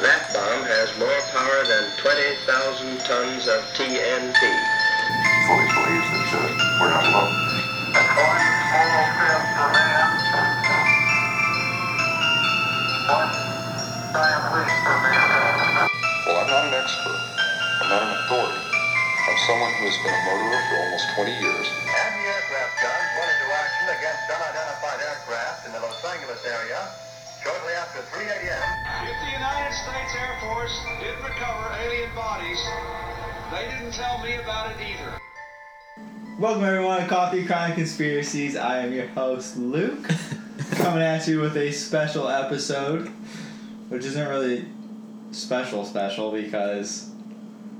bomb has more power than 20,000 tons of TNT. fully believes that uh, we're not alone. One small step for man, one giant leap for mankind. Well, I'm not an expert. I'm not an authority. I'm someone who has been a murderer for almost 20 years. Anti-aircraft guns went into action against unidentified aircraft in the Los Angeles area shortly after 3 a.m. If the United States Air Force did recover alien bodies, they didn't tell me about it either. Welcome everyone to Coffee Crime Conspiracies. I am your host Luke, coming at you with a special episode, which isn't really special special because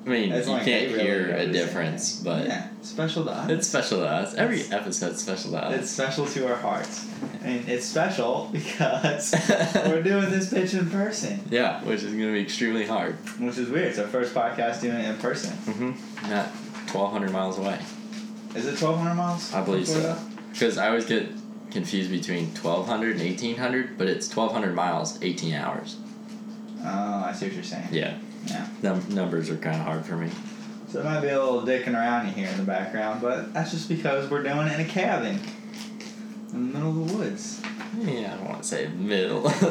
I mean, It's you like can't they really hear a notice difference, but yeah, special to us. it's special to us. Every It's- episode's special to us. It's special to our hearts, and it's special because we're doing this bitch in person, yeah, which is gonna be extremely hard. which is weird. It's our first podcast doing it in person. Mm-hmm. Not 1,200 miles away. Is it twelve hundred miles? I believe from so. Florida? Because I always get confused between 1,200 and 1,800, but it's 1,200 miles, 18 hours. Oh, I see what you're saying. Yeah, Yeah. num- numbers are kind of hard for me. So it might be a little dicking around you here in the background, but that's just because we're doing it in a cabin in the middle of the woods. Yeah, I don't want to say middle. What?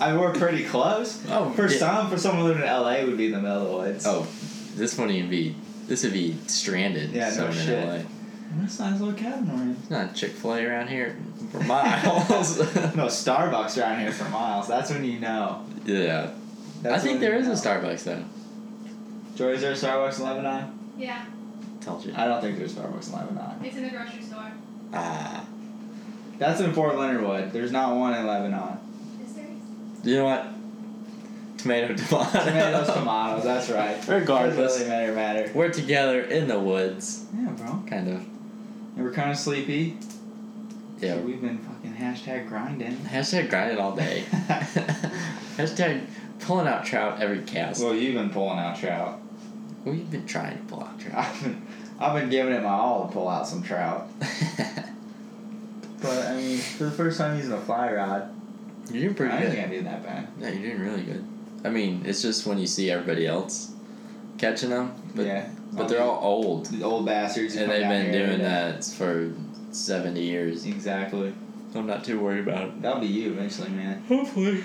I mean, we're pretty close. Oh, for yeah. some, for someone living in LA, it would be the middle of the woods. oh, this wouldn't even be. This would be stranded. Yeah, no somewhere shit. In LA. that's a nice little cabin we're in. There's not Chick Fil A around here for miles. No Starbucks around here for miles. That's when you know. yeah, That's I think when there you is know. a Starbucks though. Joy, is there a Starbucks in Lebanon? Yeah, Told you. I don't think there's Starbucks in Lebanon. it's in the grocery store. Ah, That's in Fort Leonard Wood. There's not one in Lebanon. Is there? you know what? Tomato, tomato. Tomatoes, tomatoes. That's right. Regardless. Doesn't really matter, matter. We're together in the woods, Yeah, bro. kind of. And we're kind of sleepy. Yeah. So we've been fucking hashtag grinding. Hashtag grinding all day. Hashtag pulling out trout every cast. well, you've been pulling out trout. We've been trying to pull out trout. I've been, I've been giving it my all to pull out some trout. But I mean, for the first time using a fly rod, you're doing pretty I good. think I did that bad. Yeah, you're doing really good. I mean, it's just when you see everybody else catching them, but yeah, but they're all old, the old bastards. who and come they've down been here doing every day. that for seventy years. Exactly. So I'm not too worried about it. That'll be you eventually, man. Hopefully.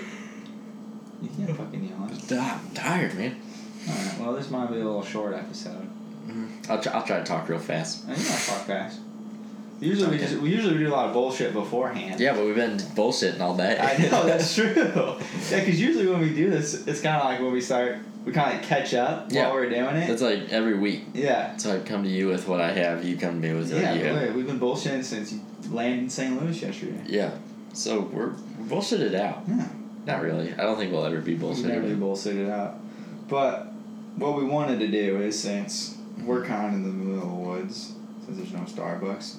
You can't fucking yawn. I'm tired, man. All right. Well, this might be a little short episode. I'll try, I'll try to talk real fast. And you know, fuck fast. Usually we Okay. just we usually do a lot of bullshit beforehand. Yeah, but we've been bullshitting all day. I know that's true. Yeah, because usually when we do this, it's kind of like when we start, we kind of like catch up Yeah. while we're doing it. That's like every week. yeah, So I come to you with what I have, you come to me with what yeah. you but have. wait, we've been bullshitting since you landed in St. Louis yesterday. Yeah. So we're, we're bullshitted out. Yeah, Not really. I don't think we'll ever be we never bullshitted. out. bullshitted out. But what we wanted to do is since we're kind of in the middle of the woods, since there's no Starbucks,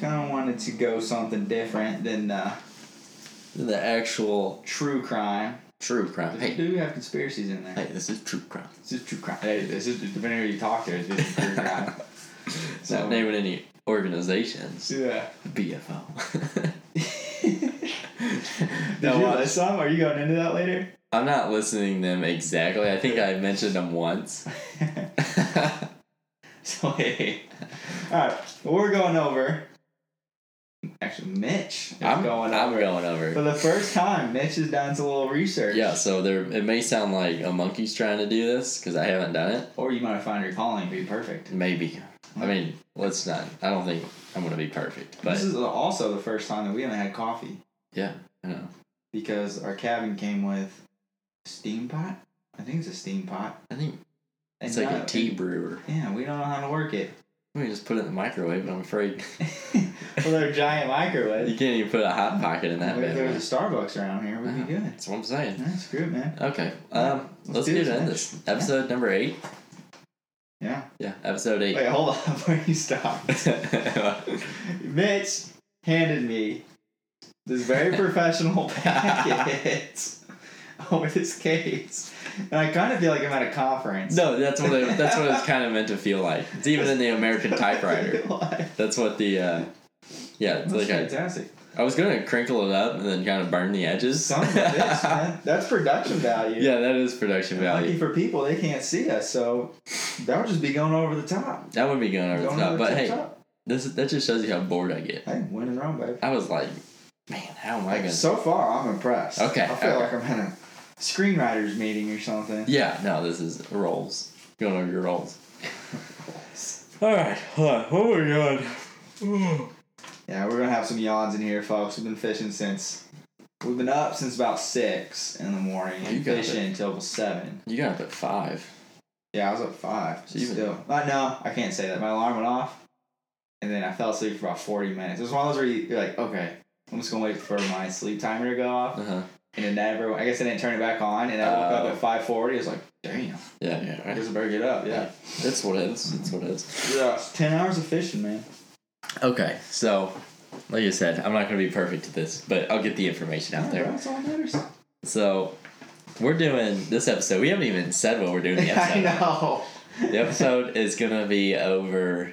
kind of wanted to go something different than uh, The actual true crime. true crime. We Hey, do have conspiracies in there. hey, this is true crime. This is true crime. Hey, this is depending on who you talk to. This is true crime. It's not naming any organizations. Yeah. BFO. Did Now you watch. list some? Are you going into that later? I'm not listening them exactly. I think I mentioned them once. so hey, all right. Well, we're going over. Actually, Mitch is I'm going I'm over. going over. For the first time, Mitch has done some little research. Yeah, so there. It may sound like a monkey's trying to do this because I haven't done it. Or you might have found your calling. Be perfect. Maybe. I mean, let's not. I don't think I'm gonna be perfect, but this is also the first time that we haven't had coffee yeah, I know. because our cabin came with steam pot. I think it's a steam pot. I think And it's like a not- tea brewer. Yeah, we don't know how to work it. We just put it in the microwave, but I'm afraid with our giant microwave. you can't even put a hot pocket in that Uh-huh. If there bad. was a Starbucks around here, we'd be good. That's what I'm saying. That's good, man. Okay, um, let's, do get this, into man. this episode number eight. Yeah. Yeah, episode eight. Wait, hold on before you stop. Mitch handed me this very professional packet over this case. And I kind of feel like I'm at a conference. no, that's what it, that's what it's kind of meant to feel like. It's even in the American typewriter. That's That's what the uh, yeah, it's like a fantastic. I was gonna crinkle it up and then kind of burn the edges. Son of a bitch, man. That's production value. yeah, that is production Lucky value. for people, they can't see us, so that would just be going over the top. That would be going over Going the top, over but the hey, top. this is, that just shows you how bored I get. hey, winning wrong, babe. I was like, man, how am I gonna? So far, I'm impressed. Okay, I feel okay. like I'm in a screenwriters meeting or something. yeah, no, this is rolls. Going over your rolls. All right, hold on. What were we on? Yeah, we're gonna have some yawns in here, folks. We've been fishing since we've been up since about six in the morning You and got it. fishing until seven. You got up at five. Yeah, I was up five. So you've been- still, uh, no, I can't say that. My alarm went off, and then I fell asleep for about forty minutes. It was one of those where you- you're like, okay, I'm just gonna wait for my sleep timer to go off, Uh huh. and it never. I guess I didn't turn it back on, and I woke up Oh. at five forty. It's like, damn, Yeah, yeah. I Right. guess I better get up. Yeah, That's what it is. That's what it is. yeah, it's ten hours of fishing, man. Okay, so like I said, I'm not gonna be perfect at this, but I'll get the information out Yeah, bro, there. that's all that matters. So we're doing this episode. We haven't even said what we're doing. in The I episode. know. The episode is gonna be over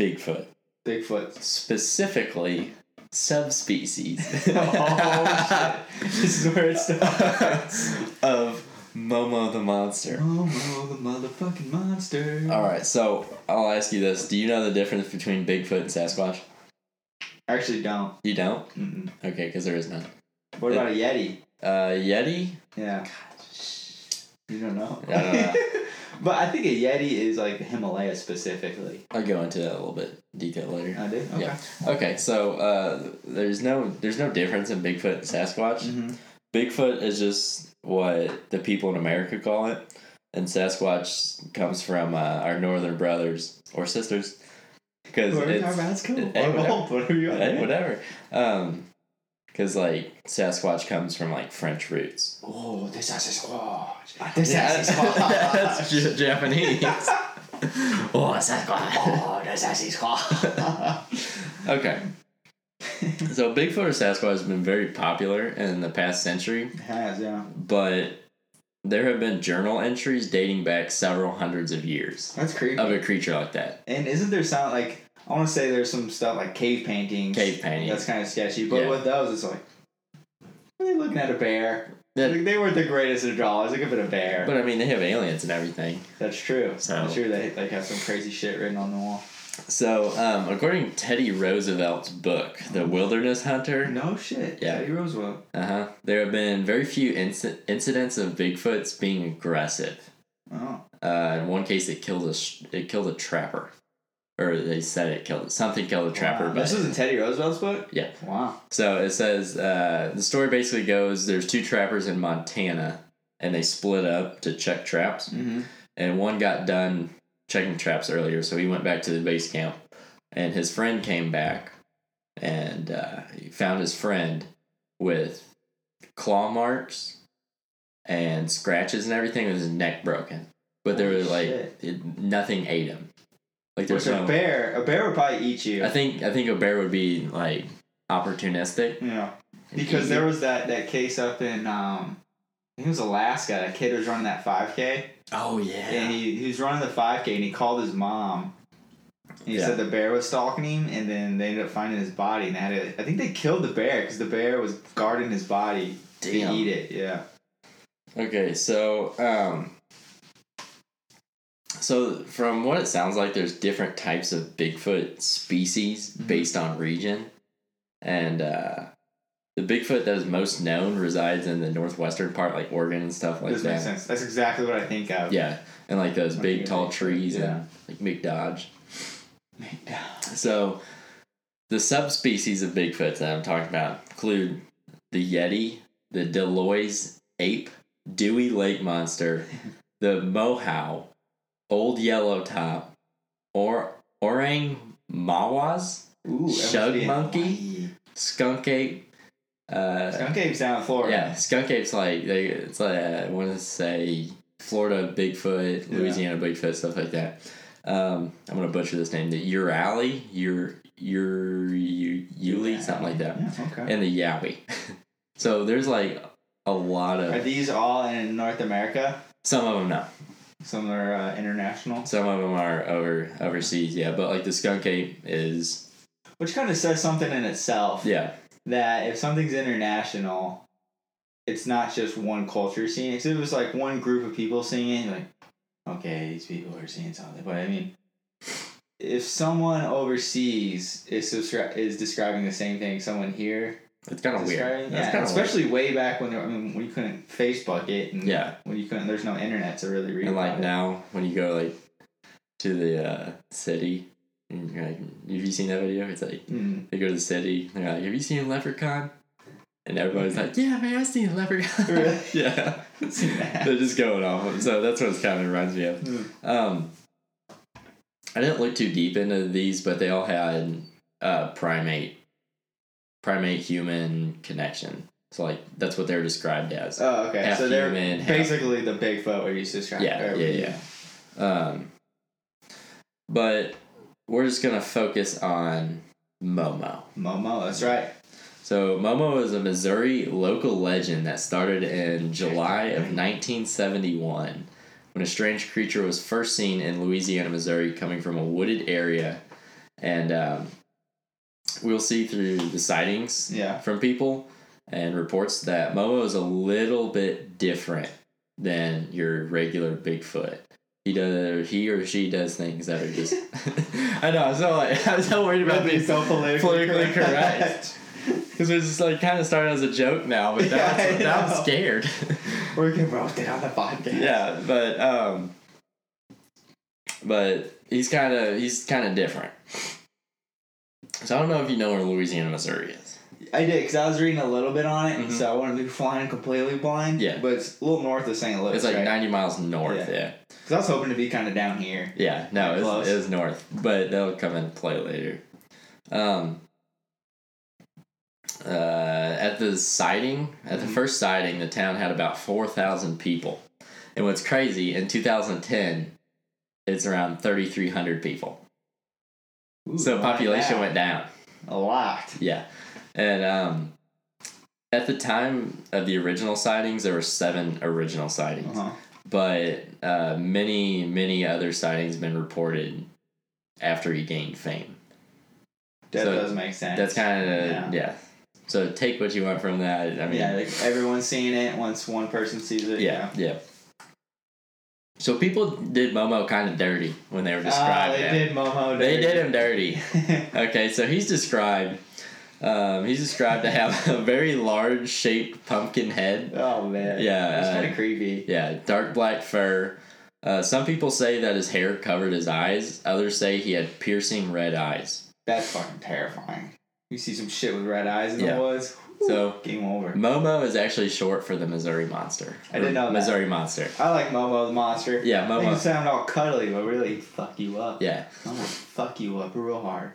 Bigfoot, Bigfoot. specifically subspecies Oh, shit. This is where it starts. of Momo the monster. Momo Oh, the motherfucking monster. All right, so I'll ask you this: Do you know the difference between Bigfoot and Sasquatch? I Actually, don't. You don't? Mm-mm. Okay, because there is none. What about a Yeti? Uh, Yeti? Yeah. You don't know. I don't know. but I think a Yeti is like the Himalaya specifically. I'll go into that a little bit detail later. I do? Okay. Yeah. Okay, so uh, there's no there's no difference in Bigfoot and Sasquatch. Mhm. Bigfoot is just what the people in America call it, and Sasquatch comes from uh, our northern brothers or sisters, because Whatever, it's that's cool. Oh, it- hey, whatever. whatever you want. hey, whatever. Um, because like Sasquatch comes from like French roots. Oh, this ass is squash. This ass is that's squash. Ja- Japanese. oh, Sasquatch. Oh, this ass is squash. Okay. so Bigfoot or Sasquatch has been very popular in the past century, Has, yeah. but there have been journal entries dating back several hundreds of years That's creepy. of a creature like that. And isn't there sound like I want to say there's some stuff like cave paintings. Cave paintings. That's kind of sketchy, but Yeah. with those, it's like are they looking at a bear? That- Like, they weren't the greatest of drawers. Look at a bear. But I mean, they have aliens and everything. That's true. So- I'm sure they like have some crazy shit written on the wall. So, um, according to Teddy Roosevelt's book, The Wilderness Hunter, No shit. Yeah. Teddy Roosevelt. uh huh, there have been very few inci- incidents of Bigfoots being aggressive. Oh, Uh, in one case, it killed a sh- it killed a trapper, or they said it killed something killed a trapper. Wow. But This isn't Teddy Roosevelt's book. yeah, Wow. So it says uh, the story basically goes: there's two trappers in Montana, and they split up to check traps, Mm-hmm. and one got done checking traps earlier, so he went back to the base camp, and his friend came back, and uh, he found his friend with claw marks and scratches and everything with his neck broken, but there Holy was like shit. it, nothing ate him. Like Which there's a no. bear? A bear would probably eat you. I think I think a bear would be like opportunistic. yeah. and Because eat there you. was that that case up in um, I think it was Alaska. A kid was running that five k. Oh yeah. And he, he was running the 5K and he called his mom. And he Yeah. said the bear was stalking him, and then they ended up finding his body. And they had to, I think they killed the bear because the bear was guarding his body Damn. to eat it. Yeah. Okay, so um so from what it sounds like there's different types of Bigfoot species based on region. And uh the Bigfoot that is most known resides in the northwestern part like Oregon and stuff like this that. makes sense. That's exactly what I think of. Yeah. And like those Like a big tall Bigfoot, trees yeah. and like big Dodge. So the subspecies of Bigfoot that I'm talking about include the Yeti, the Deloise ape, Dewey Lake monster, the Mohau, Old Yellow Top, or Orang Mawas, Ooh, that must Shug be in monkey? Hawaii. Skunk Ape. Uh, Skunk ape's down in Florida. yeah, Skunk Ape's like they. It's like uh, I want to say Florida Bigfoot, Yeah. Louisiana Bigfoot, stuff like that. Um, I'm gonna butcher this name. The Urali, Ur Ur Yuli, something like that, Yeah, okay. and the Yowie. so there's like a lot Are of these all in North America? some of them no, Some are uh, international. some of them are over overseas. Yeah, but like the Skunk Ape is Which kind of says something in itself. yeah that if something's international, it's not just one culture seeing it. 'Cause if it was like one group of people seeing it, you're like, okay, these people are seeing something. But I mean, if someone overseas is subscri- is describing the same thing someone here It's kind of is weird. describing, That's yeah, kinda weird. especially way back when there, I mean, when you couldn't Facebook it and Yeah. when you couldn't, there's no internet to really read. And like about it. now, when you go like to the uh, city, and you're like, have you seen that video? It's like Mm. they go to the city. And they're like, have you seen Leprechaun? And everybody's like, yeah, man, I've seen Leprechaun. Really? yeah. See that. They're just going off. So that's what it kind of reminds me of. Mm. Um, I didn't look too deep into these, but they all had uh, primate, primate human connection. So like that's what they're described as. Oh, okay. Half so they're human, half- basically the Bigfoot we used to describe. yeah, or- yeah, yeah. Um, but we're just gonna focus on Momo. Momo, that's right. So Momo is a Missouri local legend that started in July of 1971 when a strange creature was first seen in Louisiana, Missouri, coming from a wooded area, and um, we'll see through the sightings Yeah. from people and reports that Momo is a little bit different than your regular Bigfoot. He does, he or she does things that are just. I know. I'm so like I'm so worried about That'd be being so politically politically correct. correct. Because we're just like kind of started as a joke now, but now, Yeah, it's, I now I'm know. scared. We're gonna roast it on the podcast. yeah, but um, but he's kind of he's kind of different. So I don't know if you know where Louisiana, Missouri is. I did because I was reading a little bit on it, Mhm. so I wouldn't be flying completely blind. Yeah. but it's a little north of St. Louis. It's like right? 90 miles north. Yeah. yeah. Because I was hoping to be kind of down here. Yeah, no, it Close. was, it was north, but that'll come into play later. Um, uh, at the sighting, at the Mm-hmm. first sighting, the town had about 4,000 people. And what's crazy, in 2010, it's around 3,300 people. Ooh, so like population that. went down. a lot. Yeah. And um, at the time of the original sightings, there were seven original sightings Uh-huh. but uh, many many other sightings have been reported after he gained fame. That So, does make sense. That's kind of Yeah. yeah. So take what you want from that. I mean, yeah, like everyone's seeing it once one person sees it. yeah, yeah. So people did Momo kind of dirty when they were Ah, described. they him. did Momo. They did him dirty. him. Okay, so he's described. Um, he's described to have a very large shaped pumpkin head. oh man. Yeah, it's uh, kind of creepy. Yeah, dark black fur. Uh, some people say that his hair covered his eyes. Others say he had piercing red eyes. That's fucking terrifying. You see some shit with red eyes in Yeah. the woods. So- game over. Momo is actually short for the Missouri Monster. I didn't know that. Missouri Monster. I like Momo the monster. Yeah, Make him Momo. sound all cuddly, but really he'd fuck you up. Yeah. I'm gonna fuck you up real hard.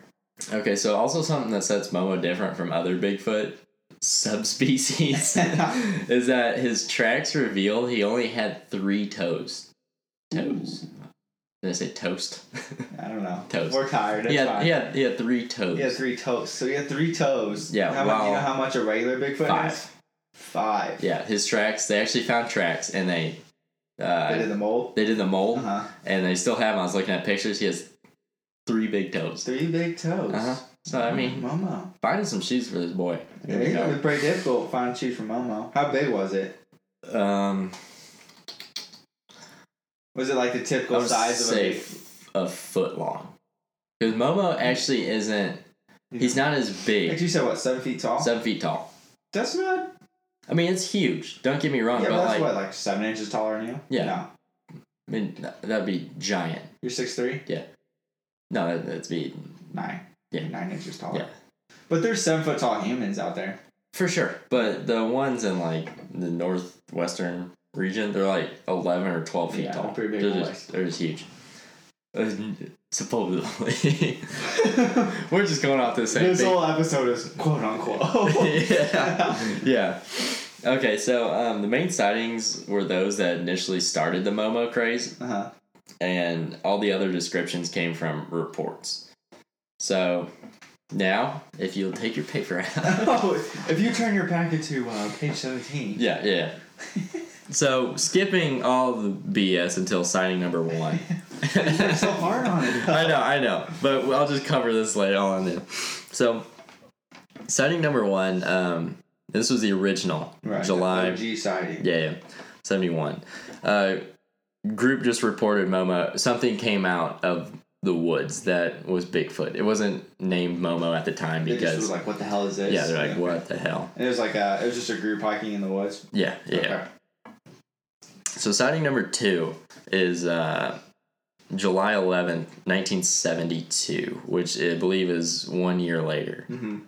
Okay, so also something that sets Momo different from other Bigfoot subspecies is that his tracks reveal he only had three toes. Toes. Did I say toast? I don't know. Toes. We're tired. That's he, had, fine. he, had, he had three toes. He had three toes. So he had three toes. Yeah, How much, you know well, how much a regular Bigfoot is? Five. Five. Yeah, his tracks, they actually found tracks and they. Uh, They did the mold. they did the mold, Uh-huh. and they still have him. I was looking at pictures. He has three big toes. Three big toes. Uh-huh. So, I mean, Momo. finding some shoes for this boy. Yeah, it's gonna be pretty difficult finding shoes for Momo. How big was it? Um, Was it like the I typical would size of say a f- a foot long. Because Momo actually isn't. big? He's not as Like big. you said, what seven feet tall? Seven feet tall. That's not. I mean, it's huge. Don't get me wrong, yeah, Oh, but that's like, what like seven inches taller than you. Yeah. No, I mean, th- that'd be giant. you're six three. No, that- that'd be Nine. Yeah. Nine inches taller. Yeah. But there's seven foot tall humans out there. for sure. But the ones in like the northwestern region, they're like eleven or twelve feet Yeah, tall. they're pretty big they're, boys. just, they're just huge. Uh, supposedly, we're just going off the same. this thing. whole episode is quote unquote. yeah. yeah. Okay, so um, the main sightings were those that initially started the Momo craze, uh-huh. and all the other descriptions came from reports. So now, if you'll take your paper out. Oh, if you turn your packet to uh, page seventeen. yeah, yeah. So skipping all the BS until signing number one. You're so hard on it. I know, I know, but I'll just cover this later on. Then. So sighting number one. Um, this was the original Right. July. G sighting. Yeah, yeah. 71. Uh, group just reported Momo. Something came out of the woods that was Bigfoot. It wasn't named Momo at the time They just because. was like, what the hell is this? yeah, they're like, what the hell? And it was like a, it was just a group hiking in the woods. Yeah, yeah. Okay. So sighting number two is uh, July 11th, 1972, which I believe is one year later. Mm-hmm.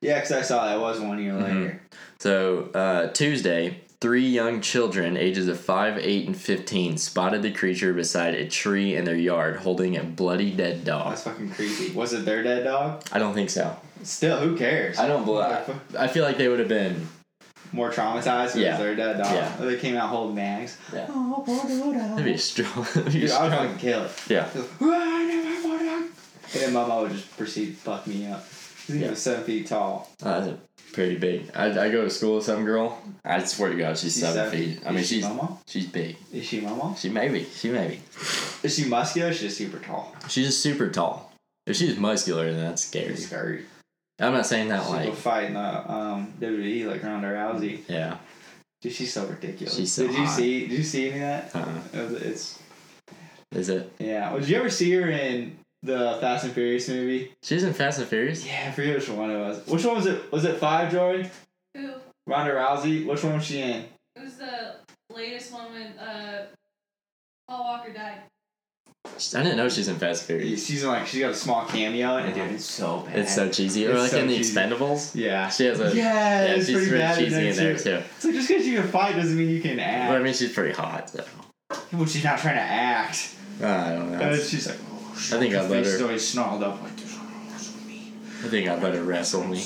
Yeah, because I saw that was one year Mhm. later. So uh, Tuesday, three young children, ages of 5, 8, and 15, spotted the creature beside a tree in their yard holding a bloody dead dog. That's fucking creepy. Was it their dead dog? I don't think so. Still, who cares? I don't believe. I, Motherfu- I feel like they would have been. More traumatized if Yeah. it was their dead dog. Yeah. Or they came out holding bags. Yeah. Oh, poor little dog. That'd be strong. that'd be Dude, I strong. would fucking kill it. Yeah. Just, "Ah, I never want to-" And then my mom would just proceed to fuck me up. He Yeah. was seven feet tall. Uh, that's pretty big. I, I go to school with some girl. I swear to God, she's, She's seven, seven- feet. I is mean, she she's mama? she's big. Is she my mom? She may be. She may be. Is she muscular? or She's just super tall. She's just super tall. If she's muscular, then that's scary. She's scary. I'm not saying that She like. go fight in the um, WWE like Ronda Rousey. Yeah. Dude, she's so ridiculous. She's so did you hot. see? Did you see any of that? Uh, It was- It's is it? yeah. Well, did you ever see her in the Fast and Furious movie? She's in Fast and Furious. Yeah, I forget which one it was. Which one was it? Was it Five Joy? Who? Ronda Rousey. Which one was she in? It was the latest one when uh, Paul Walker died. I didn't know she's in Fast and Furious. She's in like she got a small cameo in it. Dude, it's so bad. It's so cheesy. Or It's like so in the cheesy. Expendables. yeah. She has a. yeah, yeah it's she's pretty bad. in cheesy that in there too. too. It's like just because you can fight doesn't mean you can But act. I mean, she's pretty hot. So. well, she's not trying to act. I don't know. And she's like, oh, shut think your I'd let face." her- She's always snarled up like this. Oh, that's so mean. I think I'd let her wrestle me.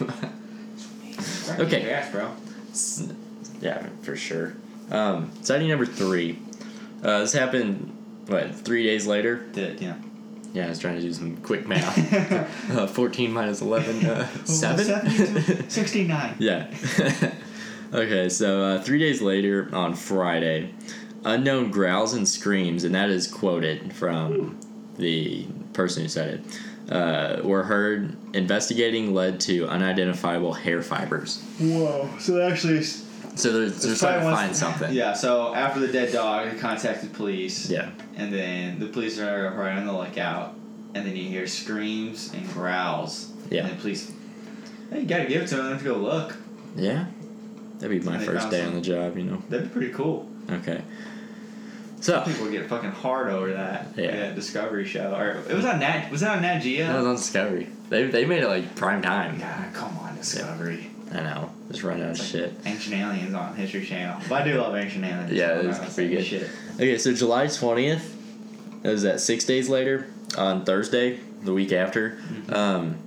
Right, Okay. kick your ass, bro. yeah, for sure. Um, sighting number three. Uh, this happened, what, three days later? Did yeah. Yeah, I was trying to do some quick math. uh, 14 minus 11, uh, Oh, 7? 72, 69. yeah. okay, so uh, three days later on Friday, unknown growls and screams, and that is quoted from the person who said it, uh, were heard. Investigating led to unidentifiable hair fibers. Whoa. So actually, it's, So they're, they're trying to find something. Yeah. So after the dead dog, they contacted police. Yeah. And then the police are right on the lookout, and then you hear screams and growls. Yeah. And the police, hey, you gotta give it to them. They have to go look. Yeah. That'd be my They first found day on some. the job, you know. That'd be pretty cool. Okay. So People would get fucking hard over that. Yeah. That Discovery show, or it was on Nat. Was it on Nat Geo? Oh that was on Discovery. They they made it like prime time. God, come on, Discovery. I know. Just run out of shit. Ancient Aliens on History Channel. But I do love Ancient Aliens. Yeah, so it was that's pretty like good. Shit. Okay, so July twentieth. That was that six days later on Thursday, the week after. Um,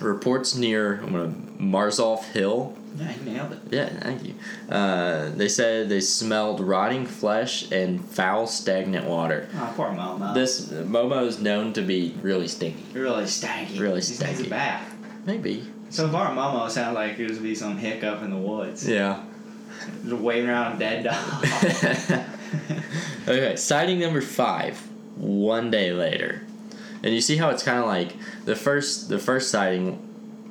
reports near I'm gonna Marzolf Hill. Yeah, he nailed it. Yeah, thank you. Uh, they said they smelled rotting flesh and foul stagnant water. Oh, poor Momo. This Momo is known to be really stinky. really stanky. Really These things are stanky. bad. Maybe. So far, Momo sounds like it would be some hiccup in the woods. Yeah. Just waving around a dead dog. okay, sighting number five. One day later, and you see how it's kind of like the first. The first sighting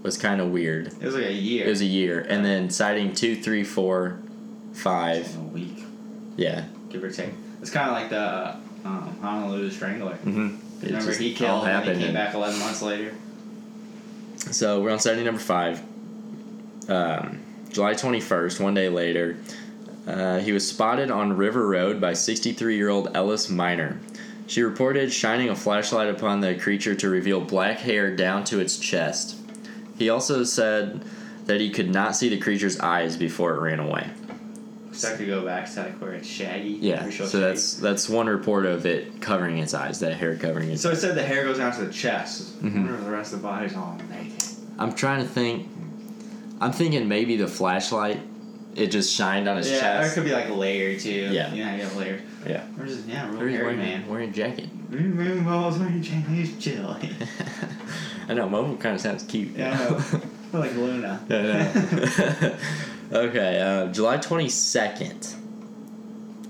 was kind of weird. it was like a year. It was a year, and then sighting two, three, four, five. a week, Yeah. give or take. It's kind of like the um, Honolulu Strangler. Mm-hmm. It Remember, just he killed all and then happened. he came and- back 11 months later. So we're on sighting number five. Um, July 21st, one day later, uh, he was spotted on River Road by 63 year old Ellis Miner. She reported shining a flashlight upon the creature to reveal black hair down to its chest. He also said that he could not see the creature's eyes before it ran away. So I could go back to like where it's shaggy. Yeah, pretty sure so shaggy. that's that's one report of it covering its eyes, that hair covering its. So it said the hair goes down to the chest. I Mm-hmm. wonder if the rest of the body's all naked. I'm trying to think. I'm thinking maybe the flashlight. It just shined on his Yeah, chest. or it could be like a layer too. Yeah. Yeah, you have layer. Yeah. Or just yeah, real Or he's hairy wearing, man. wearing a jacket. Moon balls wearing Chinese chili. I know, Momo kind of sounds cute. Yeah, I know. Or like Luna. I know. okay, uh, July 22nd.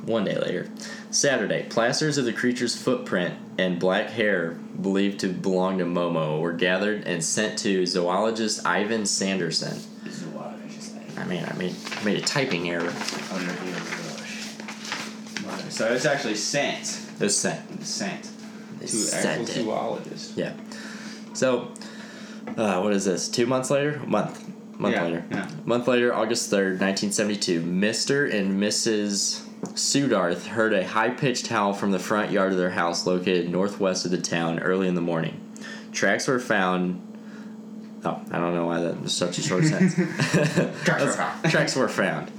one day later. Saturday, plasters of the creature's footprint and black hair believed to belong to Momo were gathered and sent to zoologist Ivan Sanderson. This is a lot of exercise. I mean, I made, I made a typing error. oh, Under the bush. So it's actually sent. It's sent. Sent. To They actual sent it. zoologist. Yeah. So, uh, what is this? Two months later? Month. Month Yeah, later. yeah. Month later, August 3rd, 1972, Mr. and Mrs. Sudarth heard a high pitched howl from the front yard of their house located northwest of the town early in the morning. Tracks were found. Oh, I don't know why that was such a short sentence. Tracks were That's- found. tracks were found.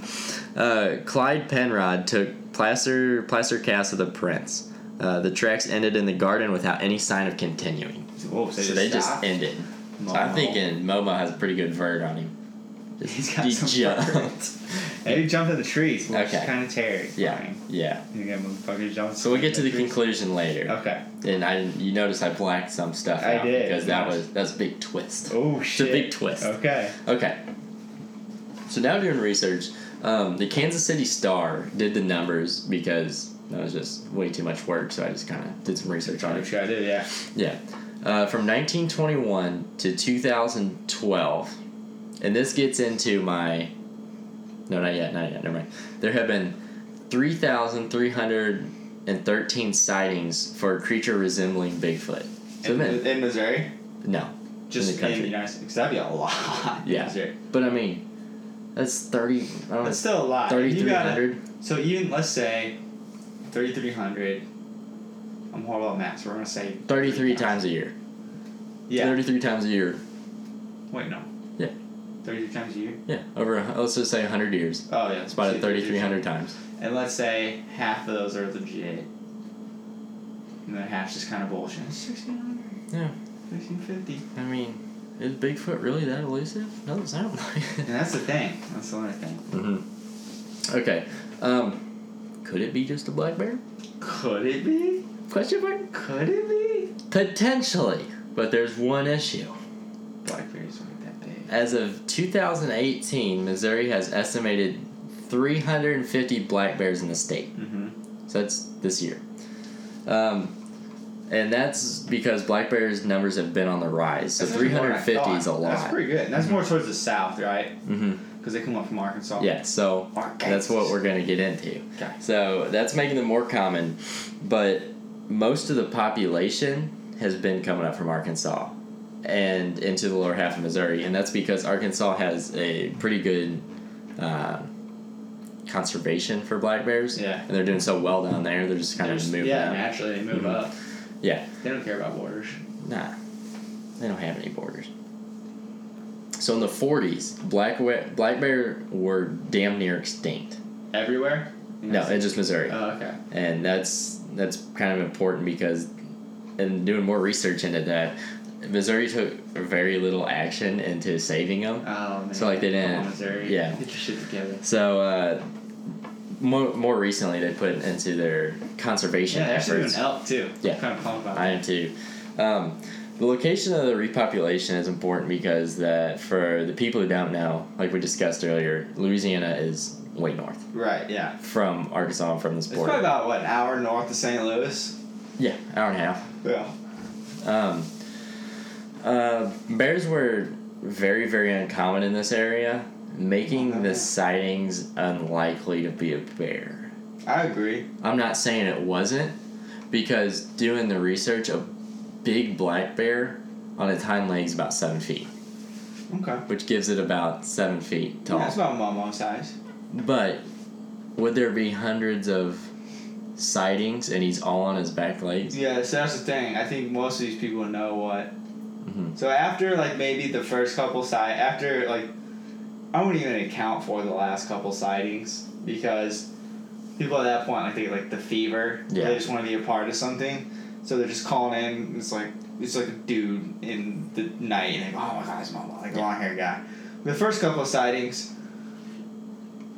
Uh, Clyde Penrod took plaster plaster casts of the prints. Uh, the tracks ended in the garden without any sign of continuing. Whoa, so they just ended. So I'm Momo. thinking Momo has a pretty good vert on him. He's got he some jumped. birds. Maybe jumped in the trees, which Okay. is kind of terrifying. Yeah, yeah. You get motherfuckers jump. So we get to the trees. conclusion later, Okay. and I you notice I blacked some stuff I out did, because that yes. was that's a big twist. Oh It's a shit. big twist. Okay. Okay. So now doing research, um, the Kansas City Star did the numbers because that was just way too much work. So I just kind of did some research on I'm it. sure I did. Yeah. Yeah. Uh, from 1921 to 2012, and this gets into my. No, not yet. Not yet. Never mind. There have been 3,313 sightings for a creature resembling Bigfoot. So in, man, in Missouri, no, just in the country. United States, 'cause that'd be a lot. in Yeah. Missouri. but I mean, that's 30. I don't know. That's still a lot. You gotta- 3,300. So even let's say, thirty three hundred. I'm horrible at math, so we're gonna say 33 times a year. Yeah. 33 times a year. Wait, no. Yeah. Thirty three times a year. Yeah. Over, a- let's just say 100 years. Oh yeah, It's about a 3,300 times. And let's say half of those are legit, and then half's just kind of bullshit. Sixteen hundred. Yeah. Fifteen fifty. I mean, is Bigfoot really that elusive? Doesn't sound like And that's the thing. That's the only thing. mm-hmm. Okay. Um, could it be just a black bear? Could it be? Question mark? Could it be? Potentially. But there's one issue. Blackberries aren't that big. As of 2018, Missouri has estimated 350 black bears in the state. Mm-hmm. So that's this year. Um, and that's because black bears numbers have been on the rise. So 350 is a lot. That's pretty good. And that's more towards the south, right? hmm Because they come up from Arkansas. Yeah, so Arkansas. that's what we're going to get into. Okay. So that's making them more common, but most of the population has been coming up from Arkansas and into the lower half of Missouri, and that's because Arkansas has a pretty good uh, conservation for black bears. Yeah. and they're doing so well down there, they're just kind They're of just- moving. yeah, out. naturally they move Mhm. up. Yeah. They don't care about borders. Nah, they don't have any borders. So in the 40s, black we- black bear were damn near extinct. Everywhere. No, in just Missouri, Oh, okay. and that's that's kind of important because, and doing more research into that, Missouri took very little action into saving them. Oh man. So, like, they didn't- Come on, Missouri. yeah. Get your shit together. So uh, more more recently, they put into their conservation Yeah, they're actually efforts. doing elk too. Yeah. I'm kind of pumped about I that. am too. Um, the location of the repopulation is important because that for the people who don't know, like we discussed earlier, Louisiana is way north Right. Yeah. from Arkansas and from this It's border. probably about what an hour north of St. Louis. yeah, hour and a half. Yeah. Um, uh, bears were very, very uncommon in this area, making the sightings unlikely to be a bear. I agree. I'm not saying it wasn't, because doing the research, a big black bear on its hind legs about seven feet, Okay. which gives it about seven feet tall. That's about my mom's size. but would there be hundreds of sightings and he's all on his back legs? Yeah, so that's the thing. I think most of these people know what. Mhm. So after like maybe the first couple sight after like I wouldn't even account for the last couple sightings because people at that point like they get like the fever. Yeah. They just want to be a part of something. So they're just calling in and it's like it's like a dude in the night and they go, Oh my god, it's my mom, like long hair guy. The first couple of sightings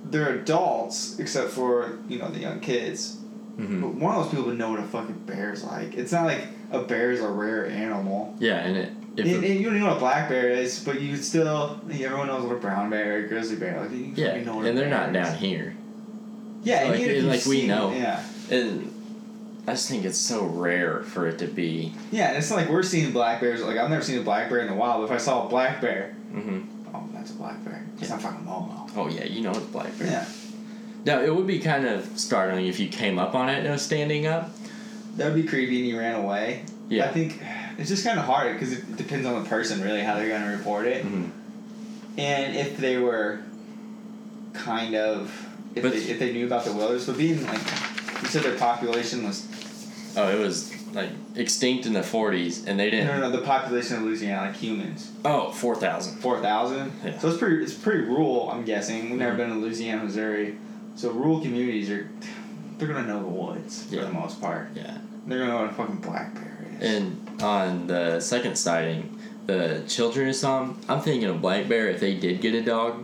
they're adults except for, you know, the young kids. hmm But one of those people would know what a fucking bear's like. It's not like a bear's a rare animal. Yeah, and it. If and, it- and you don't even know what a black bear is, but you still like, everyone knows what a brown bear, a grizzly bear, like you yeah, fucking know what a and they're bear not is. down here. Yeah, Like, and even if you like, we see- know. Yeah, And I just think it's so rare for it to be. yeah. And it's not like we're seeing black bears. Like I've never seen a black bear in the wild. But if I saw a black bear, hmm oh, that's a black bear. It's Yeah. not fucking Momo. Oh yeah, you know it's black bear. Yeah, Now it would be kind of startling if you came up on it and it was standing up. that would be creepy. And you ran away. Yeah. I think it's just kind of hard because it depends on the person really how they're going to report it, Mhm. and if they were kind of if, But- they, if they knew about the wilderness, but being like you said, their population was Oh, it was like extinct in the forties, and they didn't. no, no, no, the population of Louisiana, like humans. Oh, four thousand. four thousand. Yeah. Mm-hmm. So it's pretty it's pretty rural. I'm guessing. We've never been to Louisiana, Missouri, so rural communities are they're gonna know the woods for Yeah. the most part. Yeah. They're gonna know what a fucking black bear is. And on the second sighting, the children or something. I'm thinking a black bear. If they did get a dog,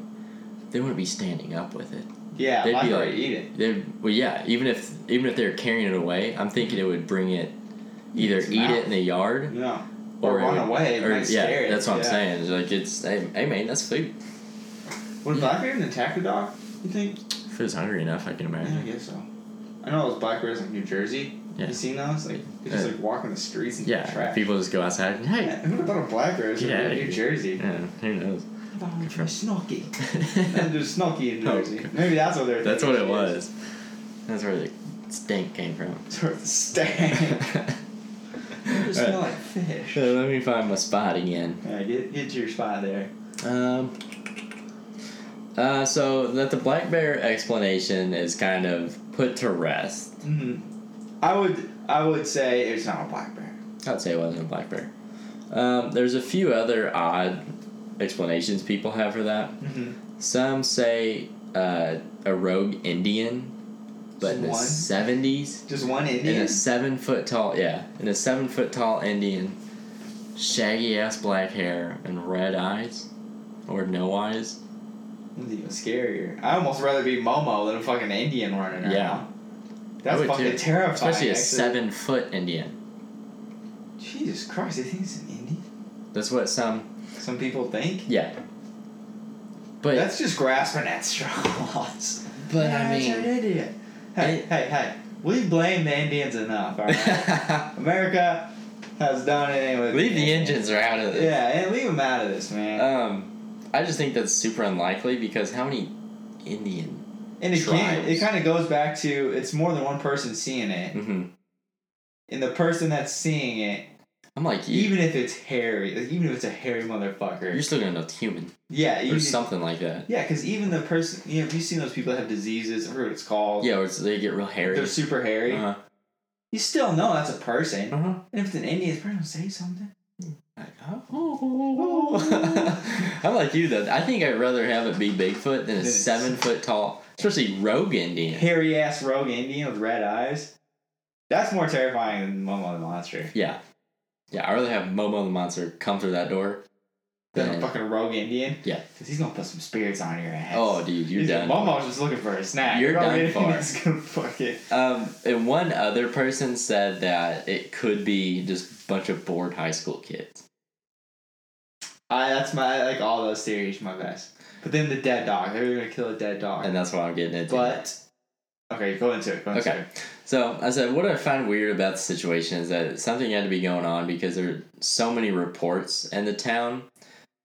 they wouldn't be standing up with it. yeah, they'd black be bear like- would eat it. They well, yeah. Even if even if they're carrying it away, I'm thinking it would bring it, either Its eat mouth. it in the yard No. Or, it run would- away. It or- might yeah, scare it. that's what I'm Yeah. saying. It's like it's hey, hey man, that's food. Would a Yeah. black bear even attack a dog? You think? If it's hungry enough, I can Yeah, I imagine. guess so. I know those black bears in New Jersey. Yeah. You seen those? Like they just Yeah. like walk in the streets and eat Yeah, trash. people just go outside. and, Hey, Yeah, who would have thought a black bear is Get in outta New here. Jersey? yeah, who knows? Fucking for- Snooki. And there's Snooki in Oh, Jersey. okay. Maybe that's what they're. That's what thinking it she is. was. That's where the stink came from. Sort of stank. It Alright. smell like fish. So let me find my spot again. Yeah, get get to your spot there. Um. Uh, so that the black bear explanation is kind of put to rest. Mm. I would I would say it's not a black bear. I'd say it wasn't a black bear. Um, there's a few other odd explanations people have for that. Mm-hmm. Some say uh, a rogue Indian, but in the One? seventies, Just one and Indian. a seven foot tall, yeah, and a seven foot tall Indian, shaggy ass black hair and red eyes, or no eyes. That's even scarier. I almost rather be Momo than a fucking Indian running around. Yeah. I That's would fucking too. terrifying. Especially a actually. seven foot Indian. Jesus Christ! They think it's an Indian. That's what some, Some people think. yeah. But That's just grasping at straws. but Yeah, I it's an mean, idiot. Hey, It- hey, hey! We blame the Indians enough. All right. America has done it anyway. leave the engines are out of this. Yeah, and leave them out of this, man. Um, I just think that's super unlikely because how many Indian? and again, trials. it kind of goes back to it's more than one person seeing it, Mm-hmm. and the person that's seeing it, I'm like you. even if it's hairy, like, even if it's a hairy motherfucker, you're still gonna know it's human yeah, or you, something like that. yeah, because even the person, you know, if you've seen those people that have diseases, I forget what it's called. Yeah, or it's, they get real hairy. they're super hairy. Uh-huh. You still know that's a person, Uh-huh. and if it's an Indian, it's probably gonna say something. Like, oh. I'm like you though. I think I'd rather have it be Bigfoot than a Yes. seven foot tall, especially rogue Indian. Hairy ass rogue Indian with red eyes. That's more terrifying than Momo the monster. Yeah, yeah. I'd rather have Momo the monster come through that door. Than than- a fucking rogue Indian. Yeah. Because he's gonna put some spirits on your ass. oh, dude, you're He's- done. Momo's just looking for a snack. You're You know what I done mean? for. He's gonna fuck it. Um, and one other person said that it could be just a bunch of bored high school kids. I that's my I like all those theories my best. But then the dead dog. They're gonna kill a dead dog. And that's what I'm getting into. but okay, go into it. Go into Okay. it. So I said, what I find weird about the situation is that something had to be going on because there are so many reports in the town,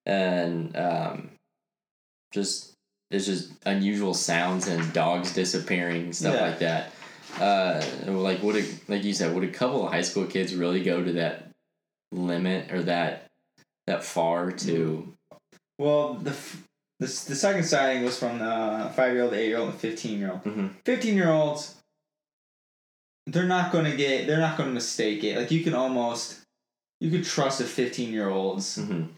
and um, just there's just unusual sounds and dogs disappearing stuff Yeah. like that. Uh, like would a, like you said, would a couple of high school kids really go to that limit or that that far to? Well, the f- the, s- the second sighting was from the five year old, eight year old, and fifteen year old. Mhm. Fifteen year olds, they're not gonna get. They're not gonna mistake it. Like you can almost, you could trust a fifteen year old's Mhm.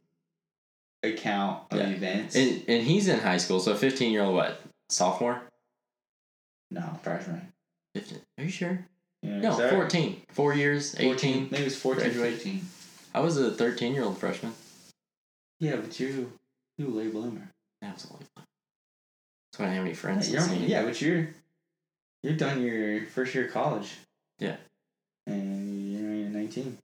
account of Mm. Yeah. events. And and he's in high school, so fifteen year old what sophomore? no, freshman. 15. Are you sure? Yeah, No, is that right? fourteen. Four years, 18. Maybe it was 14, Graduate. 15. I was a 13 year old freshman. Yeah, but you you a late bloomer. That was a long time. That's why I didn't have any friends. You're in only- senior yeah, year. but you're you're done your first year of college. Yeah. Mm. And you're only 19.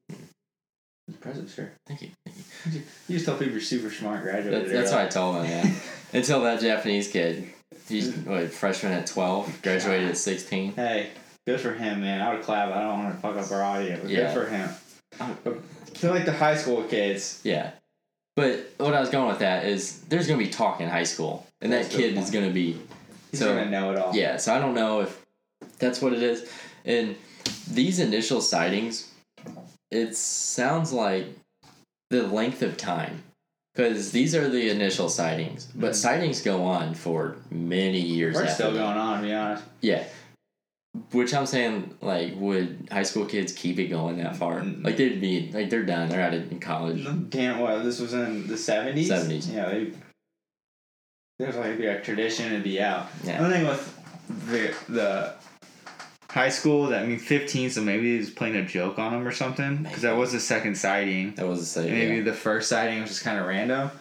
Impressive, sir. Thank you. Thank you. You just tell people you're super smart, graduated. That, that's early. why I told them that. Until that Japanese kid He's what, freshman at 12, graduated at 16. Hey, good for him, man. I would clap. I don't want to fuck up our audio. But Yeah. Good for him. They're like the high school kids. Oh, Yeah. But what I was going with that is there's going to be talk in high school, and That's that a good kid is point. going to be. He's so, gonna know it all. Yeah, so I don't know if that's what it is. And these initial sightings, it sounds like the length of time. Because these are the initial sightings, but sightings go on for many years. Mm-hmm. We're after still that. going on, to be honest. Yeah. Which I'm saying, like, would high school kids keep it going that far? Like, they'd be, like, they're done. They're out in college. Damn, what? This was in the 70s? 70s. Yeah, they. There's like be a tradition to be out. Yeah. Another thing with the, the high school, that I mean 15, so maybe he was playing a joke on him or something. Because that was the second sighting. That was the same. Maybe yeah. the first sighting was just kind of random.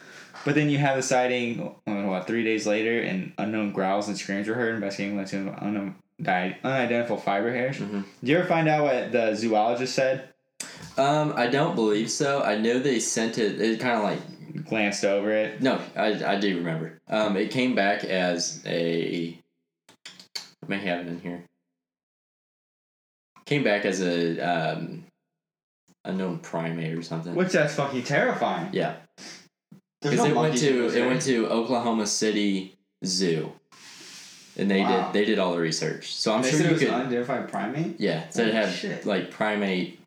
But then you have the sighting, uh, what, three days later, and unknown growls and screams were heard, investigating led to an unknown, died, unidentified fiber hairs. Mhm. Did you ever find out what the zoologist said? Um, I don't believe so. I know they sent it, it kind of like Glanced over it. No, I, I do remember. Um, it came back as a. I may have it in here. Came back as a um, unknown primate or something. Which that's fucking terrifying. Yeah, because it went to it went to Oklahoma City Zoo, and they Wow. did they did all the research. So I'm they sure said it you was could. an unidentified primate yeah, so it Holy had shit. like primate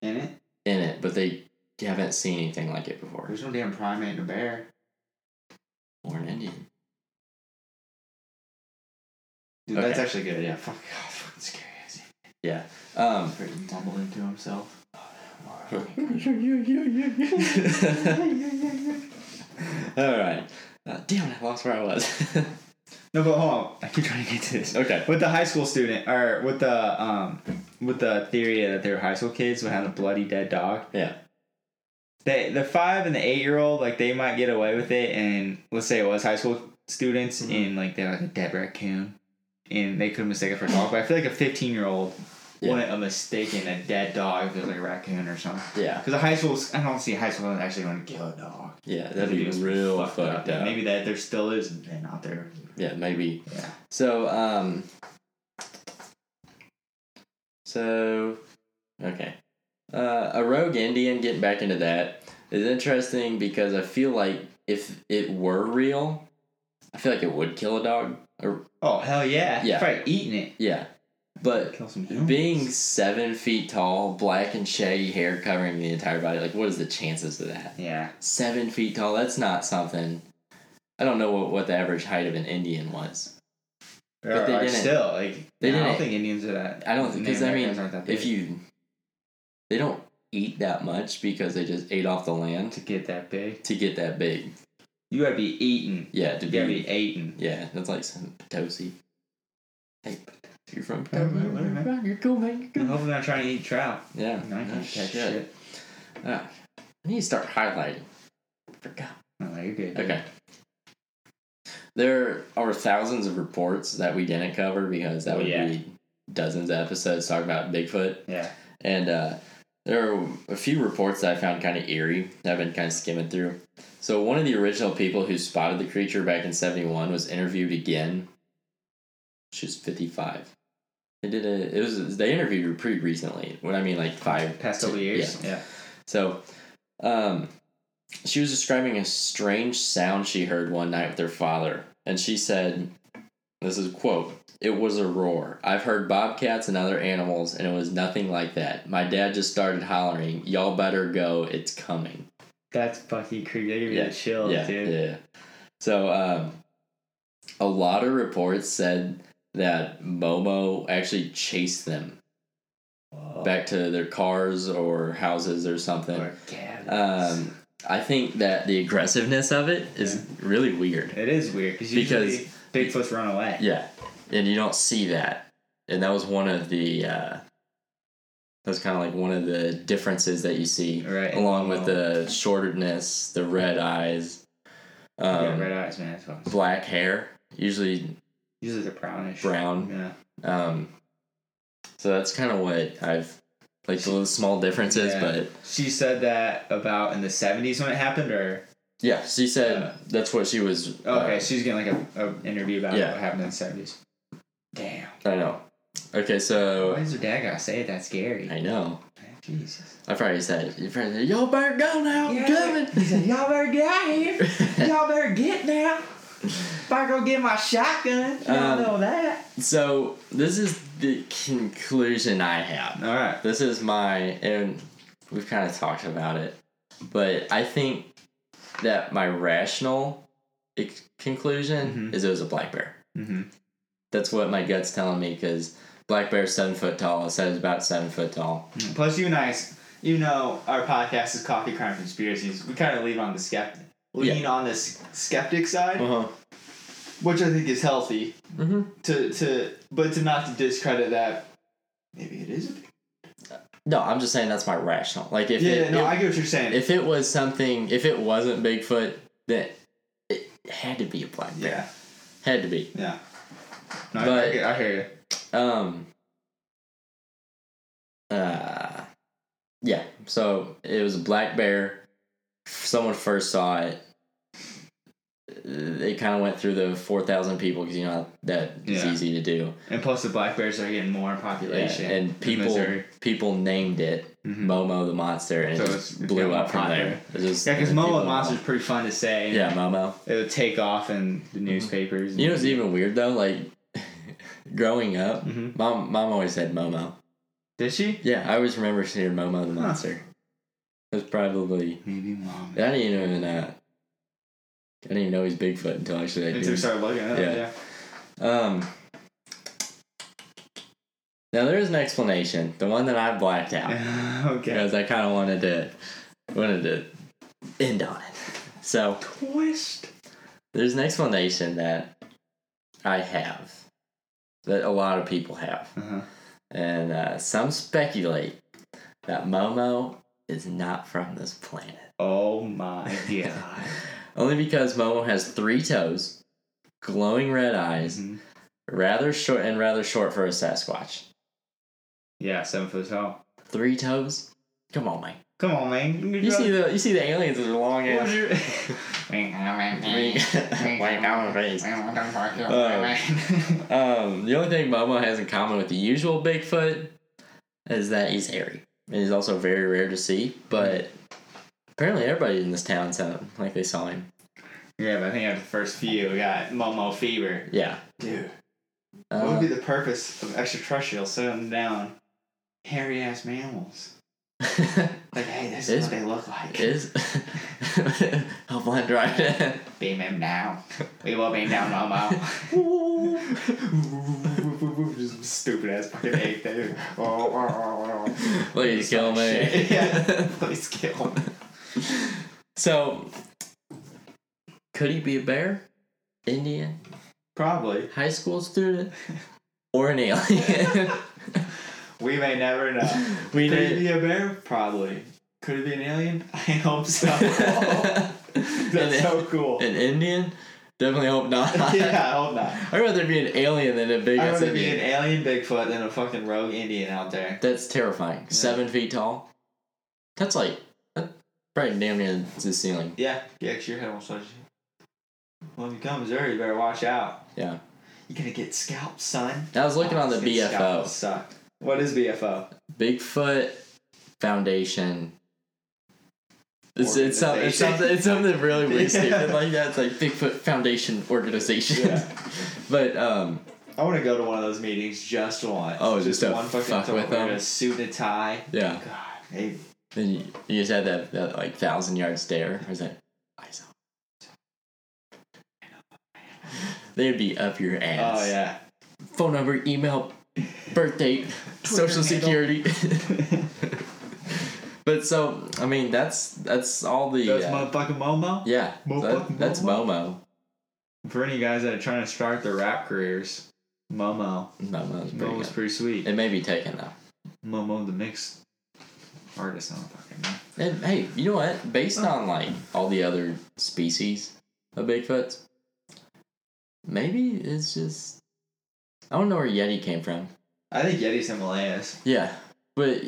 in it. in it, but they haven't seen anything like it before. There's no damn primate in a bear. Or an Indian. Dude, Okay. that's actually good. Yeah. Fuck. God, fucking scary. as Yeah. Um, he Freaking tumbled into himself. All right. Uh, damn, I lost where I was. No, but hold on. I keep trying to get to this. okay. With the high school student, or with the um, with the theory that they were high school kids who had a bloody dead dog. Yeah. They the five and the eight year old like they might get away with it, and let's say it was high school students, Mm-hmm. and like they're like a dead raccoon, and they could mistake it for a dog. But I feel like a fifteen year old Yeah. wouldn't have mistaken a dead dog if it was like a raccoon or something. Yeah. Because a high school, I don't see a high school actually going to kill a dog. Yeah, that'd be real fucked, up. Maybe that there still is men out there. Yeah, maybe. Yeah. So, um. So, okay. Uh, a rogue Indian, getting back into that, is interesting because I feel like if it were real, I feel like it would kill a dog. Or, Oh hell yeah! Yeah. Probably eating it. yeah. But Kill some humans. Being seven feet tall, black and shaggy hair covering the entire body, like what is the chances of that? Yeah. Seven feet tall, that's not something. I don't know what, what the average height of an Indian was. But they they didn't. Still, like They I don't didn't. think Indians are that. I don't because Native I mean, Americans aren't that if big. you, they don't eat that much because they just ate off the land to get that big, to get that big. you gotta be eating. Yeah, to You be. gotta be eating. yeah, that's like some Potosi. Hey, if you're from Yeah, man, man, Potosi, you're cool, man. You're I'm cool. hopefully not trying to eat trout. Yeah. No, I can Oh, eat that shit. Ah, I need to start highlighting. Forgot. No, you're good. dude. Okay. There are thousands of reports that we didn't cover because that Well, would yeah. be dozens of episodes talking about Bigfoot. Yeah. And uh, there are a few reports that I found kind of eerie that I've been kind of skimming through. So, one of the original people who spotted the creature back in 71 was interviewed again. She was 55. They did a, it was, they interviewed her pretty recently. What I mean, like five. Past couple two- yeah. years. Yeah. So, um, she was describing a strange sound she heard one night with her father, and she said, "This is a quote. It was a roar. I've heard bobcats and other animals, and it was nothing like that. My dad just started hollering, "Y'all better go! It's coming!" That's fucking creepy. That gave me the chills, yeah, Oh, dude. yeah. So, um, a lot of reports said that Momo actually chased them back to their cars or houses or something. Or gathers. Um, I think that the aggressiveness of it is really weird. It is weird cause Because- usually Bigfoots run away. Yeah, and you don't see that, and that was one of the. Uh, that was kind of like one of the differences that you see, Right. along with the shorterness, the red eyes, You got um, red eyes, man. That's fucking. black hair, usually Usually they're brownish. brown. Yeah. Um, so that's kind of what I've like the little small differences, Yeah. but She said that about in the seventies when it happened, or Yeah, she said Uh, that's what she was. uh, Okay, she's getting like a, a interview about Yeah. what happened in the seventies. Damn. I know. Okay, Why so does her dad gotta say it? That's scary. I know. Jesus. I probably said, you probably said, "Yo, better go now. I'm He coming." said, Y'all better get out of here. Y'all better get now. If I go get my shotgun, y'all Um, know that. so this is the conclusion I have. Alright. This is my and we've kind of talked about it, but I think that my rational ex- conclusion Mhm. is it was a black bear. Mm-hmm. That's what my gut's telling me because black bear's seven foot tall. It said it's about seven foot tall. Plus, you and I, you know, our podcast is Coffee Crime Conspiracies. We kind of lean on the skeptic, lean on the s- skeptic side, Uh huh. which I think is healthy. Mm-hmm. To to, but to not to discredit that. Maybe it is. A, No, I'm just saying that's my rational. Like if yeah, it, no, if, I get what you're saying. if it was something, if it wasn't Bigfoot, then it had to be a black bear. yeah, Had to be. yeah. No, I- But- I, get- I hear you. Um. Uh. Yeah. So it was a black bear. Someone first saw it. It kind of went through the four thousand people because you know that is Yeah. easy to do. And plus, the black bears are getting more in population. Yeah, and people Mm-hmm. Missouri. people named it Mhm. Momo the monster, and So it it's just blew become up from there. popular. It just- Yeah, because and Momo people- the Monster's pretty fun to say. Yeah, Momo. It would take off in the newspapers. You know what's even weird though? Like growing up, Mhm. mom mom always said Momo. Did she? Yeah, I always remember seeing Momo the monster. It was probably Maybe mom. I didn't even uh, I didn't even know he's Bigfoot until actually I Until we did. started looking oh, at Yeah. it, yeah. Um. Now there is an explanation. The one that I blacked out. okay. because I kind of wanted to wanted to end on it. So Twist. there's an explanation that I have that a lot of people have, Uh-huh. and uh, some speculate that Momo is not from this planet. Oh my god. Only because Momo has three toes, glowing red eyes, Mhm. rather short and rather short for a Sasquatch. Yeah, seven foot tall. Three toes? Come on, man. Come on, man. You see the you see the aliens with their long What was ass. your- Uh, Um, the only thing Momo has in common with the usual Bigfoot is that he's hairy. And he's also very rare to see, but apparently everybody in this town sounded like they saw him. yeah, but I think after the first few, we got Momo fever. Yeah. Dude, what would Uh, be the purpose of extraterrestrials sitting down hairy ass mammals? Like, hey, this is It's- what they look like. is how blind right Beam him down. We will beam down Momo. Just stupid ass fucking ape there. Oh, Please kill me. Shit. Yeah. Please kill me. So could he be a bear? Indian? Probably. High school student? Or an alien? We may never know. we Could it did be a bear? Probably. Could it be an alien? I hope so. That's And- so cool. An Indian? Definitely hope not. Yeah, I hope not. I'd rather be an alien than a big I'd ass rather be an Indian. alien Bigfoot than a fucking rogue Indian out there. That's terrifying. Seven feet tall. That's like that's probably damn near the ceiling. Yeah, yeah, 'cause your head won't touch you. Well, if you come to Missouri, you better watch out. Yeah. You're gonna get scalped, son. I was looking on the Getting BFO. scalped suck. What is BFO? Bigfoot Foundation. It's, it's, some, it's Organization. something it's something really weird Yeah. stupid like that. It's like Bigfoot Foundation organization. Yeah. but um I want to go to one of those meetings just once. Oh, just to one fuck time with wear them? A suit and a tie. yeah. God, maybe. Then you, you just had that, that like thousand yard stare. Or is that I saw. They'd be up your ass. Oh yeah. Phone number, email, birth date, social security. but so I mean that's that's all the That's uh, motherfucking Momo. yeah so that- Motherfucking that's Momo. For any guys that are trying to start their rap careers, Momo. Momo's pretty Momo's good. pretty sweet. It may be taken though. Momo the mix artist. I don't fucking know. And hey, you know what? Based on like all the other species of Bigfoots, maybe it's just I don't know where Yeti came from. I think Yeti's Himalayas. Yeah, but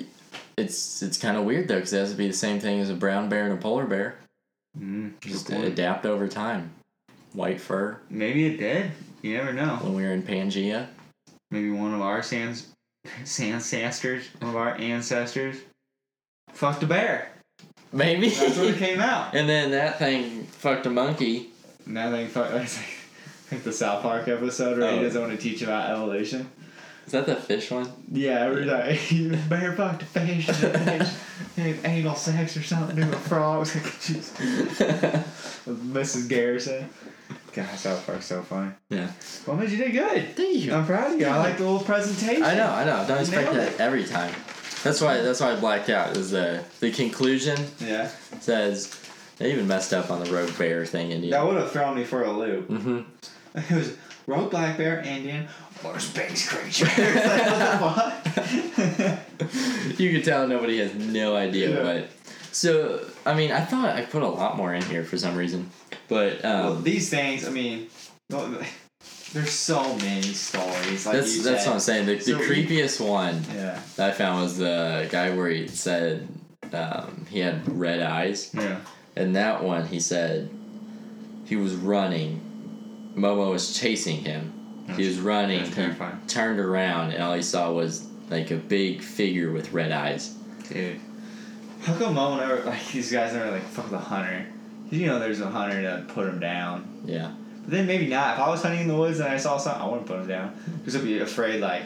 it's it's kind of weird though because it has to be the same thing as a brown bear and a polar bear. Mm, good Just point. adapt over time. White fur. Maybe it did. You never know. When we were in Pangea, Maybe one of our sans, ancestors, one of our ancestors, fucked a bear. maybe. That's what it came out. and then that thing fucked a monkey. Now they fuck. That's like, like the South Park episode where Oh. he doesn't want to teach about evolution. Is that the fish one? Yeah, we're like bear fucked a fish. and the fish had anal sex or something to a frog. It's like, jeez. With Mrs. Garrison. God, South Park's so funny. Yeah. Well, but you did good. Thank you. I'm proud of you. I like the little presentation. I know, I know. Don't expect Nailed that it. every time. That's why. That's why I blacked out. Is the the conclusion Yeah. says they even messed up on the road bear thing in That you. would have thrown me for a loop. Mm-hmm. It was rogue black bear, Indian, or space creature. It's like, what the fuck? You could tell nobody has no idea Yeah. what. So I mean, I thought I put a lot more in here for some reason, but well, um, these things, I mean, well, there's so many stories. Like that's you that's said. what I'm saying. The, So the we- creepiest one Yeah. that I found was the guy where he said um, he had red eyes. Yeah. And that one, he said he was running. Momo was chasing him. He was running. That's he terrifying. turned around, and all he saw was like a big figure with red eyes. Dude. How come Momo never, like, these guys never, like, fuck the hunter? 'Cause You know, there's a hunter that put him down. Yeah. But then maybe not. If I was hunting in the woods and I saw something, I wouldn't put him down. Because I'd be afraid, like,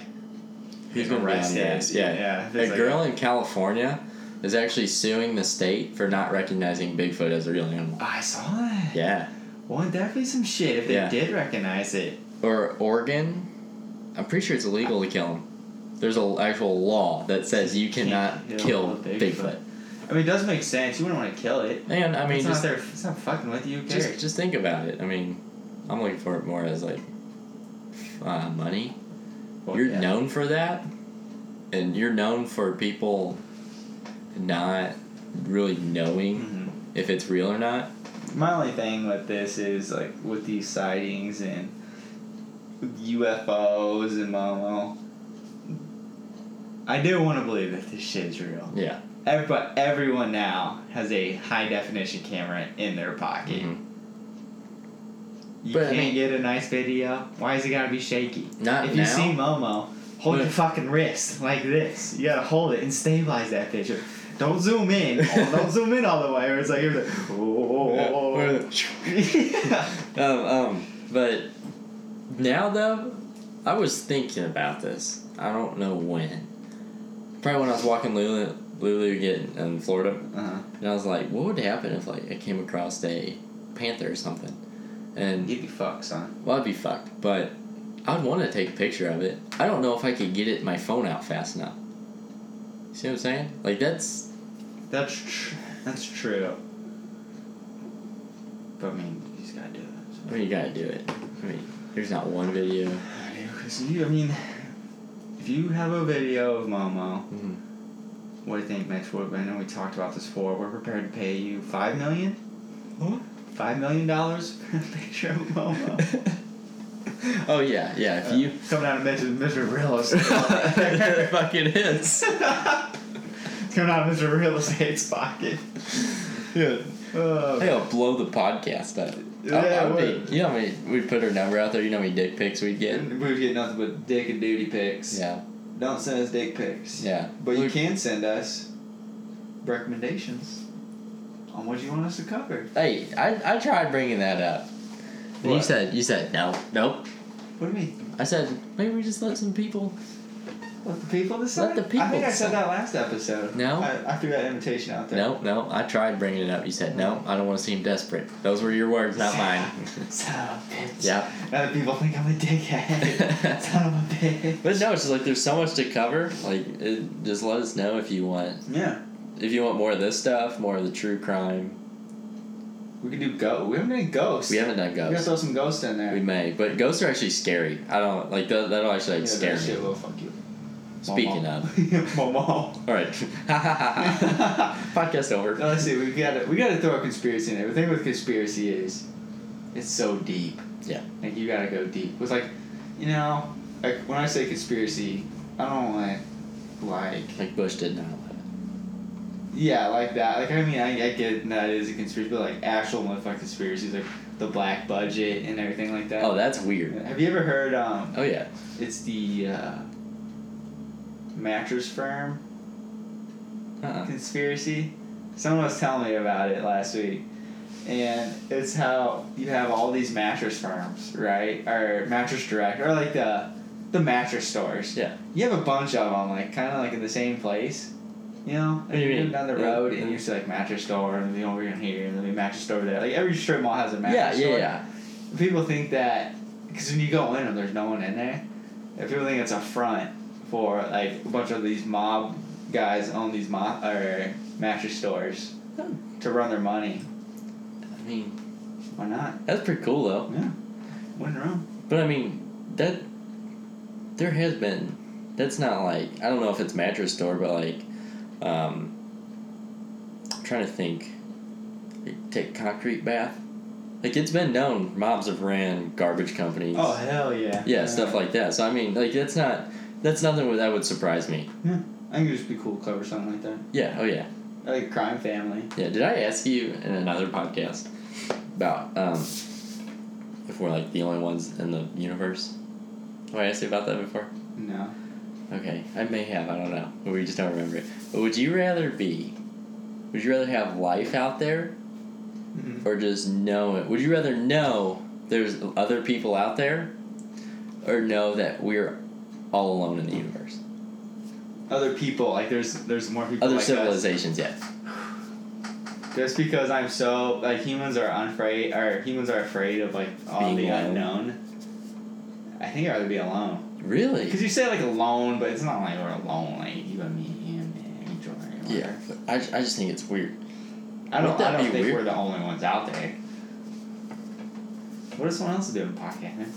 He's Like been arrested. arrested. Yeah. Yeah, A there's like girl in California is actually suing the state for not recognizing Bigfoot as a real animal. I saw that. Yeah. Wouldn't that be some shit if they Yeah. did recognize it? Or Oregon, I'm pretty sure it's illegal to kill him. There's an actual law that says you cannot kill kill Bigfoot. Bigfoot. I mean, it does make sense. You wouldn't want to kill it. And I mean, it's just not there. It's not fucking with you. Who cares? just just think about it. I mean, I'm looking for it more as like uh, money. Well, you're yeah. known for that, and you're known for people not really knowing Mhm. if it's real or not. My only thing with this is like with these sightings and UFOs and Momo. I do want to believe that this shit is real. Yeah. Ev- But everyone now has a high definition camera in their pocket. Mhm. You But I can't mean- get a nice video. Why is it gotta be shaky? Not if now. you see Momo, hold your But- fucking wrist like this. You gotta hold it and stabilize that picture. Don't zoom in. Oh, don't zoom in all the way. Or it's like, you're like oh, oh, oh, oh. yeah. um, um, but now though, I was thinking about this. I don't know when. Probably when I was walking Lulu, Lulu getting in Florida. Uh-huh. And I was like, what would happen if like I came across a panther or something? And You'd be fucked, son. well, I'd be fucked, but I'd want to take a picture of it. I don't know if I could get it my phone out fast enough. See what I'm saying? Like that's That's tr- that's true. But I mean, you just gotta do it. I mean you gotta do it. I mean there's not one video. Because you, I mean, if you have a video of Momo, Mhm. what do you think, Max? What, I know we talked about this before. We're prepared to pay you five million. Huh? Five million dollars for a picture of Momo. Uh, Oh yeah, yeah. If you coming out of Mr. Mr. Real it Estate. fucking is. coming out of Mr. Real Estate's pocket. Yeah. Oh, Hey, I'll blow the podcast up. Yeah, I, I it would would. be, you know how many, we put her number out there, you know how many dick pics we'd get? we would get nothing but dick and duty pics. Yeah, Don't send us dick pics. yeah. But you Look, can send us recommendations on what you want us to cover. Hey, I, I tried bringing that up. And you What? said, you said, no, nope. What do you mean? I said, maybe we just let some people. Let the people decide. the people I think I said decide. that last episode. No. I, I threw that invitation out there. No, no, I tried bringing it up. You said, no, I don't want to seem desperate. Those were your words, not mine. Son of a bitch. yeah. Now that people think I'm a dickhead. Son of a bitch. But no, it's just like there's so much to cover. Like, it, just let us know if you want Yeah. if you want more of this stuff, more of the true crime. We could do ghost. We haven't done ghosts. We haven't done We gotta ghosts. throw some ghosts in there. We may, but ghosts are actually scary. I don't like that. That'll actually yeah, like, scare that me. shit will fuck you. Speaking of, of. Momo. all right, podcast over. No, let's see. We gotta we gotta throw a conspiracy in there. The thing with conspiracy is, it's so deep. Yeah. Like you gotta go deep. With like, you know, like when I say conspiracy, I don't want like Like Bush did 9 11. Yeah, like that. Like I mean, I, I get that is a conspiracy, but like actual motherfucking conspiracies, like the black budget and everything like that. Oh, that's weird. Have you ever heard? Um, Oh yeah. it's the uh, mattress firm Uh-uh. conspiracy. Someone was telling me about it last week, and it's how you have all these mattress firms, right, or mattress direct, or like the the mattress stores. Yeah. You have a bunch of them, like kind of like in the same place. You know, do you go mean? down the Yeah, road, yeah. and you see like mattress store, and then over here, and then mattress store there. Like every strip mall has a Yeah, mattress yeah, store. yeah. People think that because when you go in them, there's no one in there. And people think it's a front for like a bunch of these mob guys own these mo- or mattress stores to run their money. Hmm. I mean, Why not? that's pretty cool though. Yeah, wouldn't wrong. But I mean, that there has been. That's not like I don't know if it's mattress store, but like, um, I'm trying to think. Like, take concrete bath. Like it's been known, mobs have ran garbage companies. Oh hell yeah. yeah, stuff like that. So I mean, like that's not that's nothing that would surprise me. Yeah, I think it'd just be cool to cover something like that. Yeah. Oh yeah. Like crime family. Yeah. Did I ask you in another podcast about um if we're like the only ones in the universe? Have I asked you about that before? No. Okay, I may have. I don't know. We just don't remember it. But would you rather be? Would you rather have life out there, Mhm. or just know it? Would you rather know there's other people out there, or know that we're all alone in the universe? Other people like there's there's more people. Other like us. civilizations, yeah. Just because I'm so like humans are unafraid or humans are afraid of like all Being the alone. unknown. I think I'd rather be alone. Really? Because you say like alone, but it's not like we're alone. Like you and me and and Angel. and Yeah. whatever. but I, I just think it's weird. I don't. Wouldn't that I don't be think weird? we're the only ones out there. What if someone else is doing a podcast? man?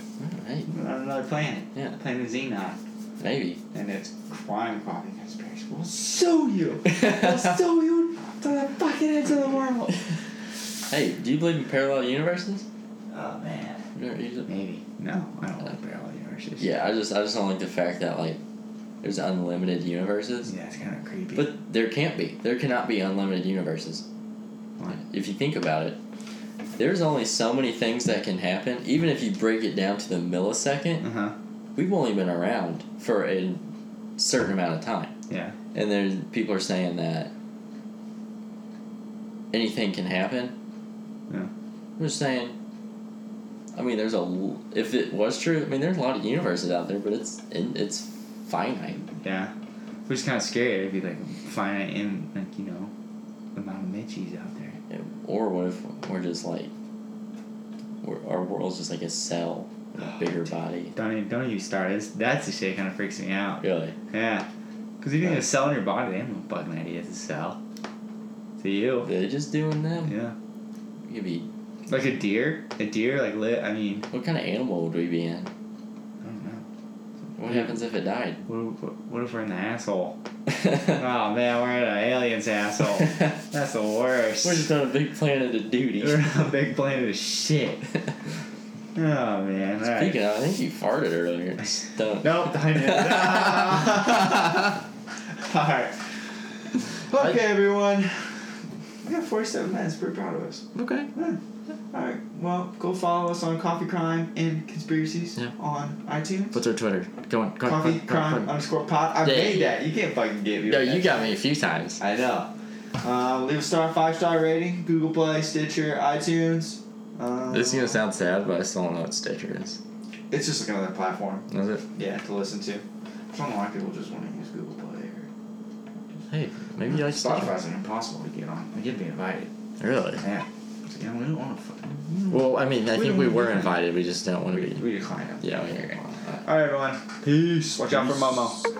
Hey, On another planet. Yeah. Planet Xenon, maybe. and it's crime coffee conspiracy. We'll sue you. we'll sue you to the fucking edge of the world. Hey, do you believe in parallel universes? Oh man. You ever use it? Maybe. No, I don't like parallel universes. Yeah, I just I just don't like the fact that like there's unlimited universes. Yeah, it's kind of creepy. But there can't be. There cannot be unlimited universes. Why? If you think about it, there's only so many things that can happen. Even if you break it down to the millisecond, Uh huh. we've only been around for a certain amount of time. Yeah. And there's people are saying that anything can happen. Yeah. I'm just saying. I mean, there's a l- if it was true. I mean, there's a lot of universes out there, but it's in, it's finite. Yeah. Which is kind of scary if you like finite in like you know amount of Mitchies out there. Or what if we're just like, we're, our world's just like a cell in a bigger body? Don't even, don't even start. It's, that's the shit kind of freaks me out. Really? Yeah. Because you think a cell in your body, they have no fucking idea it's a cell. To you. They're just doing them? Yeah. You'd be, Like a deer. A deer, like lit. I mean, what kind of animal would we be in? I don't know. What happens if it died? What if, what- what if we're in the asshole? oh man, we're in an alien's asshole. we're That's the worst. just on a big planet of duty. We're on a big planet of shit. Oh man. All right. Speaking of, I think you farted earlier. Don't. Nope. I knew Alright. Okay, everyone. We got 47 minutes. Pretty proud of us. Okay. Alright, well, go follow us on Coffee Crime and Conspiracies Yeah. on iTunes. What's our Twitter? Go on. Go Coffee on, go on, go on, Crime go on. underscore pod. I Yeah. made that. You can't fucking get me. No, with you that. got me a few times. I know. Uh, leave a star, five star rating. Google Play, Stitcher, iTunes. Uh, This is gonna sound sad, but I still don't know what Stitcher is. it's just like another platform. Is it? Yeah, to listen to. I don't know why people just want to use Google Play. Or Hey, maybe you like Stitcher. Spotify's like impossible to get on. Like you'd be invited. Really? Yeah. It's like, yeah, we don't want to fucking. Well, I mean, I We think don't we wanna were do that. invited. We just don't want to be. We decline it. Yeah, we hear. All right, everyone. Peace. Watch out for Momo.